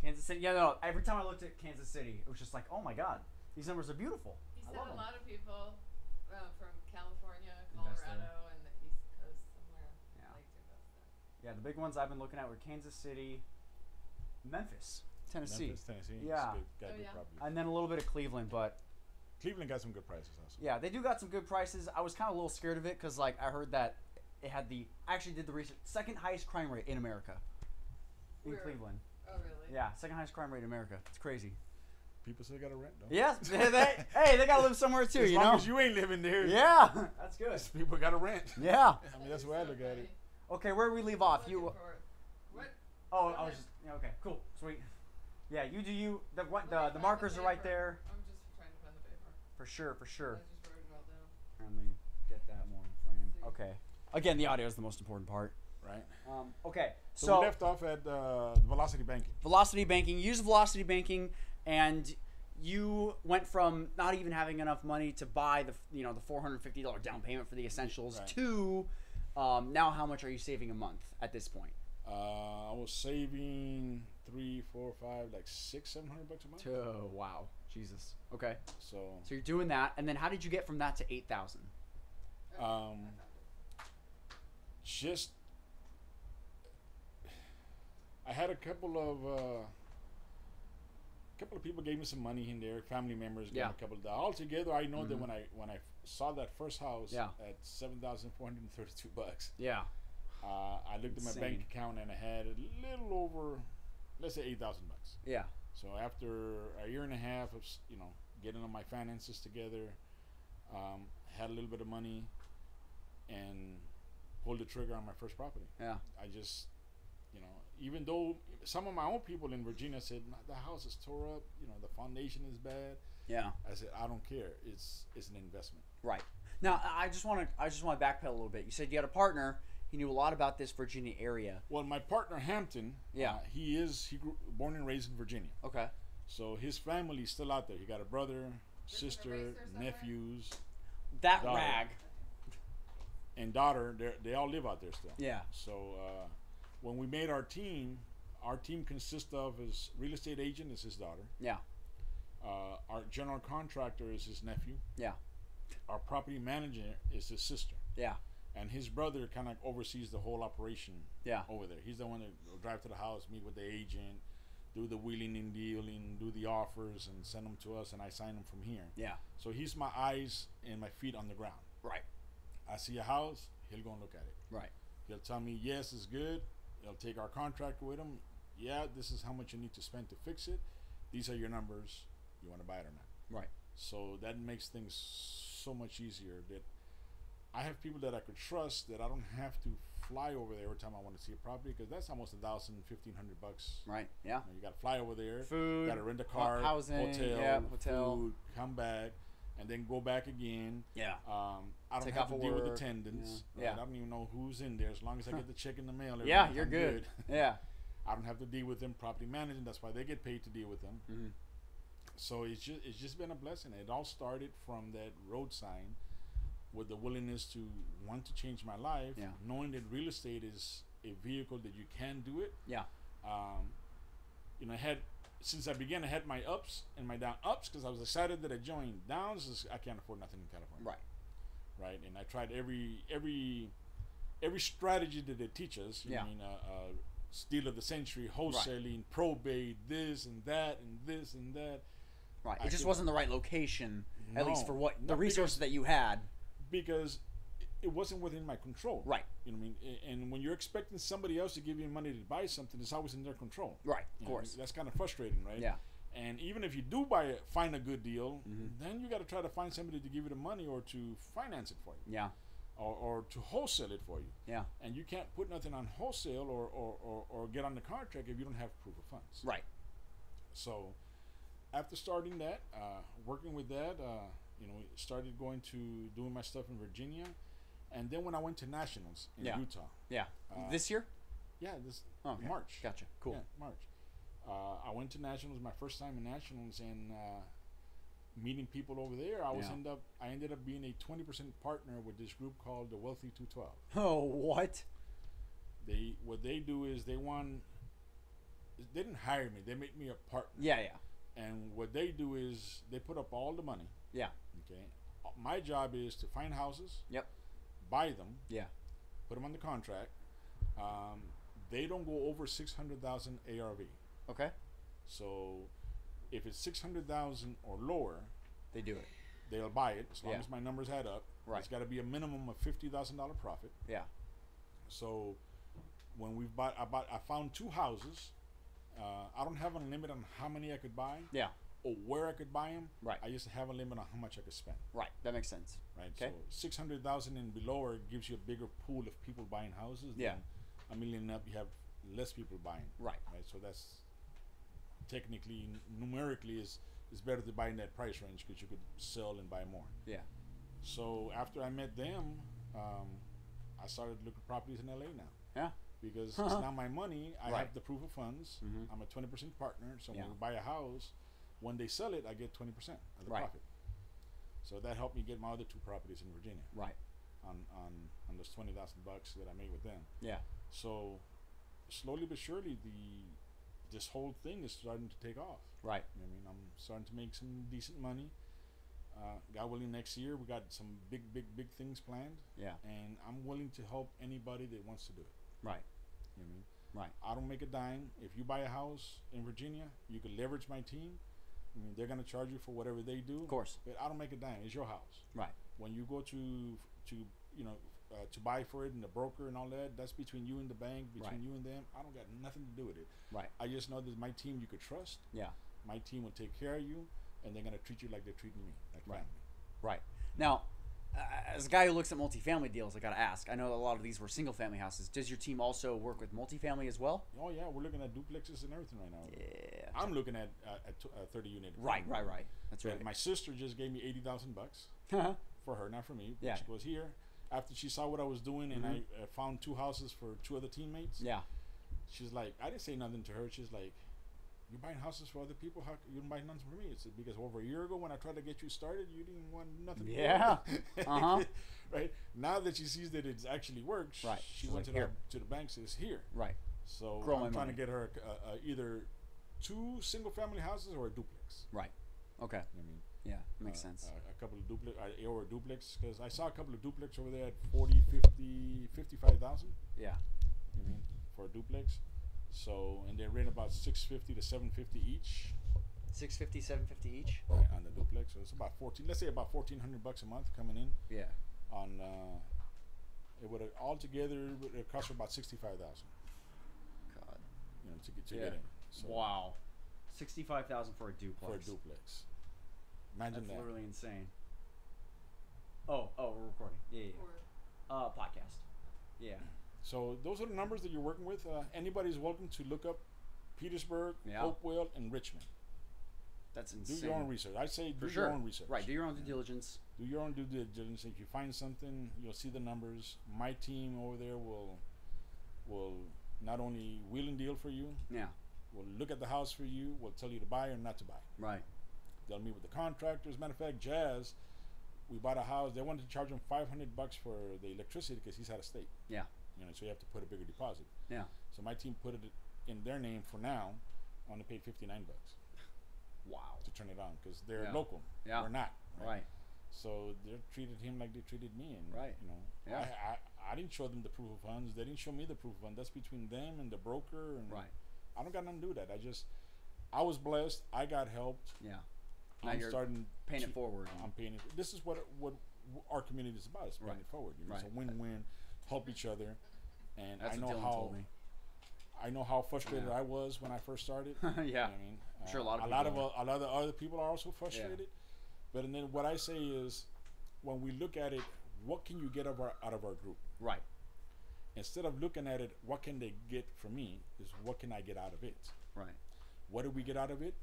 Kansas City. Yeah, no. Every time I looked at Kansas City, it was just like, oh my god, these numbers are beautiful. He I said love a them. lot of people uh, from California, Invest in- Colorado, and the East Coast somewhere Yeah. like to invest in. Yeah, the big ones I've been looking at were Kansas City, Memphis, Tennessee, Memphis, Tennessee. it's Yeah. good- got Oh, good yeah. property. and then a little bit of Cleveland. But Cleveland got some good prices also. yeah, they do got some good prices. I was kind of a little scared of it because like I heard that it had the I actually did the research second highest crime rate in America in Where? Cleveland. Oh, really? Yeah, second highest crime rate in America. It's crazy. People still got to rent though. Yes, they, they- hey, they gotta live somewhere too, as you long know. as you ain't living there. yeah, that's good. People got to rent. Yeah. I mean, that's the way I look at it. Okay, where do we leave off? You. What? Oh, Go I was ahead. just yeah, okay. Cool, sweet. Yeah, you do you. The Let me what? The, find the the markers are right paper. there I'm just trying to find the paper. for sure, for sure. I just wrote it all down. Let me get that more in See. frame. Okay. Again, the audio is the most important part. Right. Um, okay, So, so, we left off at uh, Velocity Banking. velocity banking. Use velocity banking, and you went from not even having enough money to buy the you know the four hundred fifty dollar down payment for the essentials Right. to um, now how much are you saving a month at this point? Uh, I was saving three, four, five, like six, seven hundred bucks a month. Oh wow, Jesus. Okay, So so you're doing that, and then how did you get from that to eight thousand? Okay, Um, I found it. just I had a couple of uh, couple of people gave me some money in there. Family members gave Yeah. me a couple of dollars. Altogether, I know that Mhm. when I when I saw that first house Yeah. at seven thousand four hundred thirty-two bucks, Yeah. uh, I looked at my bank Insane. account and I had a little over, let's say eight thousand bucks. Yeah. So after a year and a half of s- you know getting on my finances together, um, had a little bit of money, and pulled the trigger on my first property. Yeah. I just, you know, even though some of my own people in Virginia said "Nah, the house is tore up, you know, the foundation is bad. Yeah. I said I don't care. It's it's an investment. Right. Now I- I just want to I just want to backpedal a little bit. You said you had a partner. He knew a lot about this Virginia area. Well, my partner Hampton, Yeah. uh, he is he grew born and raised in Virginia, Okay. so his family's still out there. He got a brother, an sister, eraser somewhere? nephews, That Got it. rag. and daughter. They they all live out there still. Yeah. So uh, when we made our team, our team consists of his real estate agent is his daughter. Yeah. Uh, our general contractor is his nephew. Yeah. Our property manager is his sister. Yeah. And his brother kind of oversees the whole operation Yeah. over there. He's the one that will drive to the house, meet with the agent, do the wheeling and dealing, do the offers, and send them to us, and I sign them from here. Yeah. So he's my eyes and my feet on the ground. Right. I see a house, he'll go and look at it. Right. He'll tell me, yes, it's good. He'll take our contract with him. Yeah, this is how much you need to spend to fix it. These are your numbers. You want to buy it or not? Right. So that makes things so much easier that I have people that I could trust that I don't have to fly over there every time I want to see a property because that's almost a thousand, fifteen hundred bucks. Right. Yeah. You, know, you got to fly over there. Food. You got to rent a car, housing, hotel, yeah, hotel. food, come back, and then go back again. Yeah. Um, I don't Take have off to of deal with work, attendance. yeah. right? Yeah. I don't even know who's in there. As long as I get the check in the mail, every Yeah, month, you're I'm good. Yeah. I don't have to deal with them property managing. That's why they get paid to deal with them. Mhm. So it's just it's just been a blessing. It all started from that road sign, with the willingness to want to change my life, Yeah. knowing that real estate is a vehicle that you can do it. Yeah. Um, you know, I had since I began, I had my ups and my down ups because I was excited that I joined. Downs is I can't afford nothing in California Right. right? And I tried every every every strategy that they teach us. You Yeah. mean uh, uh, steal of the century, wholesaling, probate, this and that, and this and that. Right. I It just could- wasn't the right location, at least No, for what the not because- resources that you had. because it- it wasn't within my control. Right. You know what I mean? A- And when you're expecting somebody else to give you money to buy something, it's always in their control. Right. You Of know what I mean? course. That's kind of frustrating, right? Yeah. And even if you do buy it, find a good deal, Mm-hmm. then you got to try to find somebody to give you the money or to finance it for you Yeah. or, or to wholesale it for you. Yeah. and you can't put nothing on wholesale or, or, or, or get on the contract if you don't have proof of funds. Right. So, after starting that, uh, working with that, uh, you know, started going to doing my stuff in Virginia, and then when I went to nationals in Yeah. Utah, Yeah. Uh, this year. yeah, this Oh, okay. March, Gotcha. Cool. yeah, March, uh, I went to nationals my first time in nationals and. Uh, Meeting people over there, I was Yeah. end up. I ended up being a twenty percent partner with this group called the Wealthy Two Twelve. Oh, what? they what they do is they want they didn't hire me. They made me a partner. Yeah, yeah, And what they do is they put up all the money. yeah, Okay. Uh, My job is to find houses. Yep. Buy them. yeah. Put them on the contract. Um, they don't go over six hundred thousand ARV. Okay, So, if it's six hundred thousand or lower, they do it. they'll buy it as long Yeah. as my numbers add up. Right. It's got to be a minimum of fifty thousand dollar profit. Yeah. So when we bought, I bought, I found two houses. Uh, I don't have a limit on how many I could buy Yeah, or where I could buy them. Right. I just have a limit on how much I could spend. right. That makes sense. Right. Okay. So six hundred thousand and below are- gives you a bigger pool of people buying houses. Yeah. than A million and up, you have less people buying. Right. Right. So that's technically, numerically, is is better to buy in that price range because you could sell and buy more. Yeah. So after I met them, um, I started looking at properties in LA now. Yeah. Because it's not my money. I Right. have the proof of funds. Mhm. I'm a 20% partner. So Yeah. when we buy a house, when they sell it, I get 20% of the Right. profit. So that helped me get my other two properties in Virginia Right. on, on, on those 20,000 bucks that I made with them. Yeah. So slowly but surely, the this whole thing is starting to take off. Right. I mean, I'm starting to make some decent money. Uh, God willing, next year we got some big, big, big things planned, Yeah. and I'm willing to help anybody that wants to do it. Right. You know what I mean? Right. I don't make a dime. If you buy a house in Virginia, you can leverage my team. I mean, they're gonna charge you for whatever they do. Of course. But I don't make a dime. It's your house. Right. When you go to to you know uh, to buy for it and the broker and all that, that's between you and the bank, between Right. you and them. I don't got nothing to do with it. Right. I just know that my team you could trust Yeah. my team will take care of you, and they're gonna treat you like they're treating me, like Right. family. Right. Now, uh, as a guy who looks at multifamily deals, I got to ask. I know a lot of these were single family houses. Does your team also work with multifamily as well? Oh yeah, we're looking at duplexes and everything right now. Yeah. I'm looking at uh, at t- uh, 30 unit. Right, right, right. That's But right. Uh-huh. My sister just gave me 80,000 bucks for her, not for me. but Yeah. She was here after she saw what I was doing, and Mhm. I uh, found two houses for two other teammates. yeah. She's like, I didn't say nothing to her. She's like. You're buying houses for other people. How c- you don't buy none for me? It's because over a year ago, when I tried to get you started, you didn't want nothing. to do with it." Uh-huh. right now that she sees that it actually works, Right. She She's went like, to the "Here." to the bank. Says here, Right. So Grow my I'm trying money. to get her uh, uh, either two single family houses or a duplex. Right. Okay. You know what I mean, Yeah. Makes Uh, sense. A, a couple of duplex uh, or a duplex because I saw a couple of duplex over there at 40, 50, 55,000. yeah. You know what I mean for a duplex. So and they rent about 650 to 750 each 650, 750 each. right, on the duplex. So it's about 14 let's say about 1400 bucks a month coming in Yeah. on uh it would all together it would cost about 65,000, God. you know, to get to Yeah. get in. So wow. 65,000 for a duplex. for a duplex. Imagine That's that. literally insane. Oh, oh, we're recording. Yeah, yeah. Or yeah. Uh, podcast. Yeah. So those are the numbers that you're working with. Uh, anybody's welcome to look up Petersburg, Yeah. Hopewell, and Richmond. That's Do insane. your own research. I say For do sure. your own research. Right. Do your own due diligence. Do your own due diligence. If you find something, you'll see the numbers. My team over there will will not only wheel and deal for you, Yeah. will look at the house for you, will tell you to buy or not to buy. Right. They'll meet with the contractors. Matter of fact, Jazz, we bought a house. They wanted to charge him 500 bucks for the electricity because he's out of state. Yeah. You know, so you have to put a bigger deposit. Yeah. So my team put it in their name for now. I only paid 59 bucks Wow. to turn it on because they're Yeah. local. Yeah. We're not. Right. So they treated him like they treated me, and Right. you know, Yeah. I, I I didn't show them the proof of funds. They didn't show me the proof of funds. That's between them and the broker. And Right. I don't got nothing to do with that. I just I was blessed. I got helped. Yeah. Now I'm you're starting paying it to- forward. I'm paying it. This is what what our community is about. It's paying Right. it forward. You know, It's a Right. win-win. Help each other. And That's I know what Dylan how told me. I know how frustrated Yeah. I was when I first started. You know yeah. what I mean, Uh, I'm sure a lot of a lot of people a lot of other people are also frustrated. But and then what I say is, when we look at it, what can you get of our, out of our group? Right. Instead of looking at it, what can they get from me? Is what can I get out of it? Right. What do we get out of it?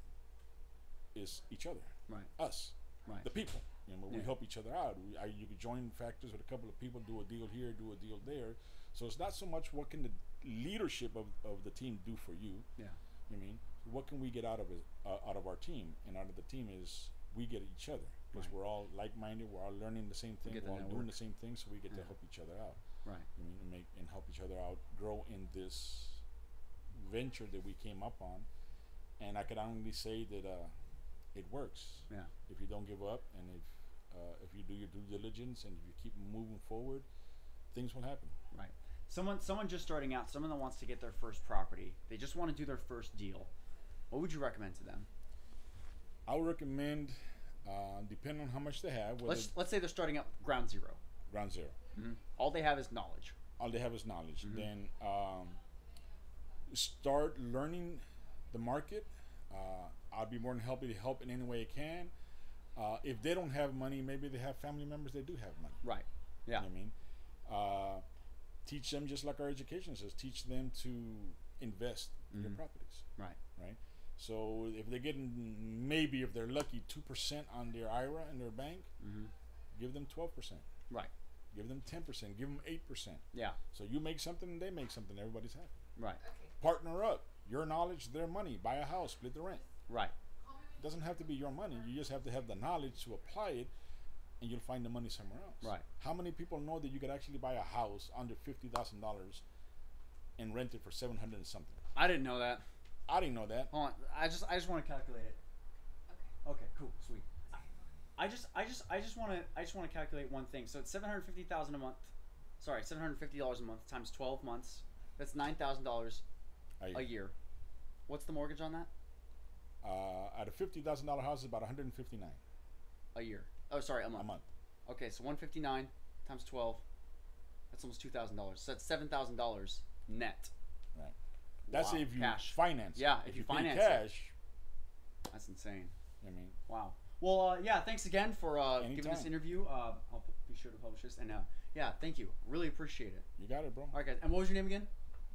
Is each other, Right. us, Right. the people. You know, Yeah. we help each other out. We, I, you could join factors with a couple of people, do a deal here, do a deal there. So it's not so much what can the leadership of, of the team do for you. Yeah. You mean what can we get out of it, uh, out of our team and out of the team is we get each other because Right. we're all like-minded. We're all learning the same thing. get the We're all doing network. the same thing, so we get Yeah. to help each other out. Right. You mean and make and help each other out, grow in this venture that we came up on, and I can only say that uh, it works. Yeah. If you don't give up, and if uh, if you do your due diligence, and if you keep moving forward, things will happen. Right. Someone someone just starting out, someone that wants to get their first property, they just want to do their first deal. What would you recommend to them? I would recommend, uh, depending on how much they Hmm? have, whether Let's let's say they're starting out ground 0 ground zero. Mm-hmm. All they have is knowledge. all they have is knowledge. Then um, start learning the market. Uh, I'll be more than happy to help in any way I can. Uh, if they don't have money, maybe they have family members that do have money. Right. Yeah. You know what I mean, uh, teach them just like our education says. Teach them to invest in their Mhm. properties. Right. Right. So if they're getting maybe if they're lucky two percent on their IRA in their bank, hmm give them twelve percent. Right. Give them ten percent. Give them eight percent. Yeah. So you make something, they make something. Everybody's happy. Right. Okay. partner up. Your knowledge, their money. Buy a house, split the rent. Right. How many It doesn't have to be your money. You just have to have the knowledge to apply it, and you'll find the money somewhere else. Right. How many people know that you could actually buy a house under fifty thousand dollars and rent it for seven hundred and something? I didn't know that. I didn't know that. Hold on. I just I just want to calculate it. Okay. Cool. Sweet. I just I just I just want to I just want to calculate one thing. So it's seven hundred fifty thousand a month. Sorry, seven hundred fifty dollars a month times twelve months. That's nine thousand dollars a I, year. What's the mortgage on that? uh, at a fifty thousand dollar house, it's about one hundred and fifty nine A year. Oh, sorry, a month. a month. Okay, so one fifty nine times twelve. That's almost two thousand dollars. So that's seven thousand dollars net. Right. That's Wow. if you Cash. finance. it. Yeah, if you pay finance it. cash. That's insane. I mean, Wow. Well, uh, yeah. Thanks again for uh, giving this Anytime. interview. Uh, I'll pu- be sure to publish this. And uh, yeah, thank you. Really appreciate it. you got it, bro. All right, guys. And what was your name again?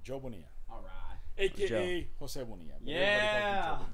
Joe Bonilla, All right. aka Jose Bonilla. but everybody calls me Joe Yeah. Bonilla.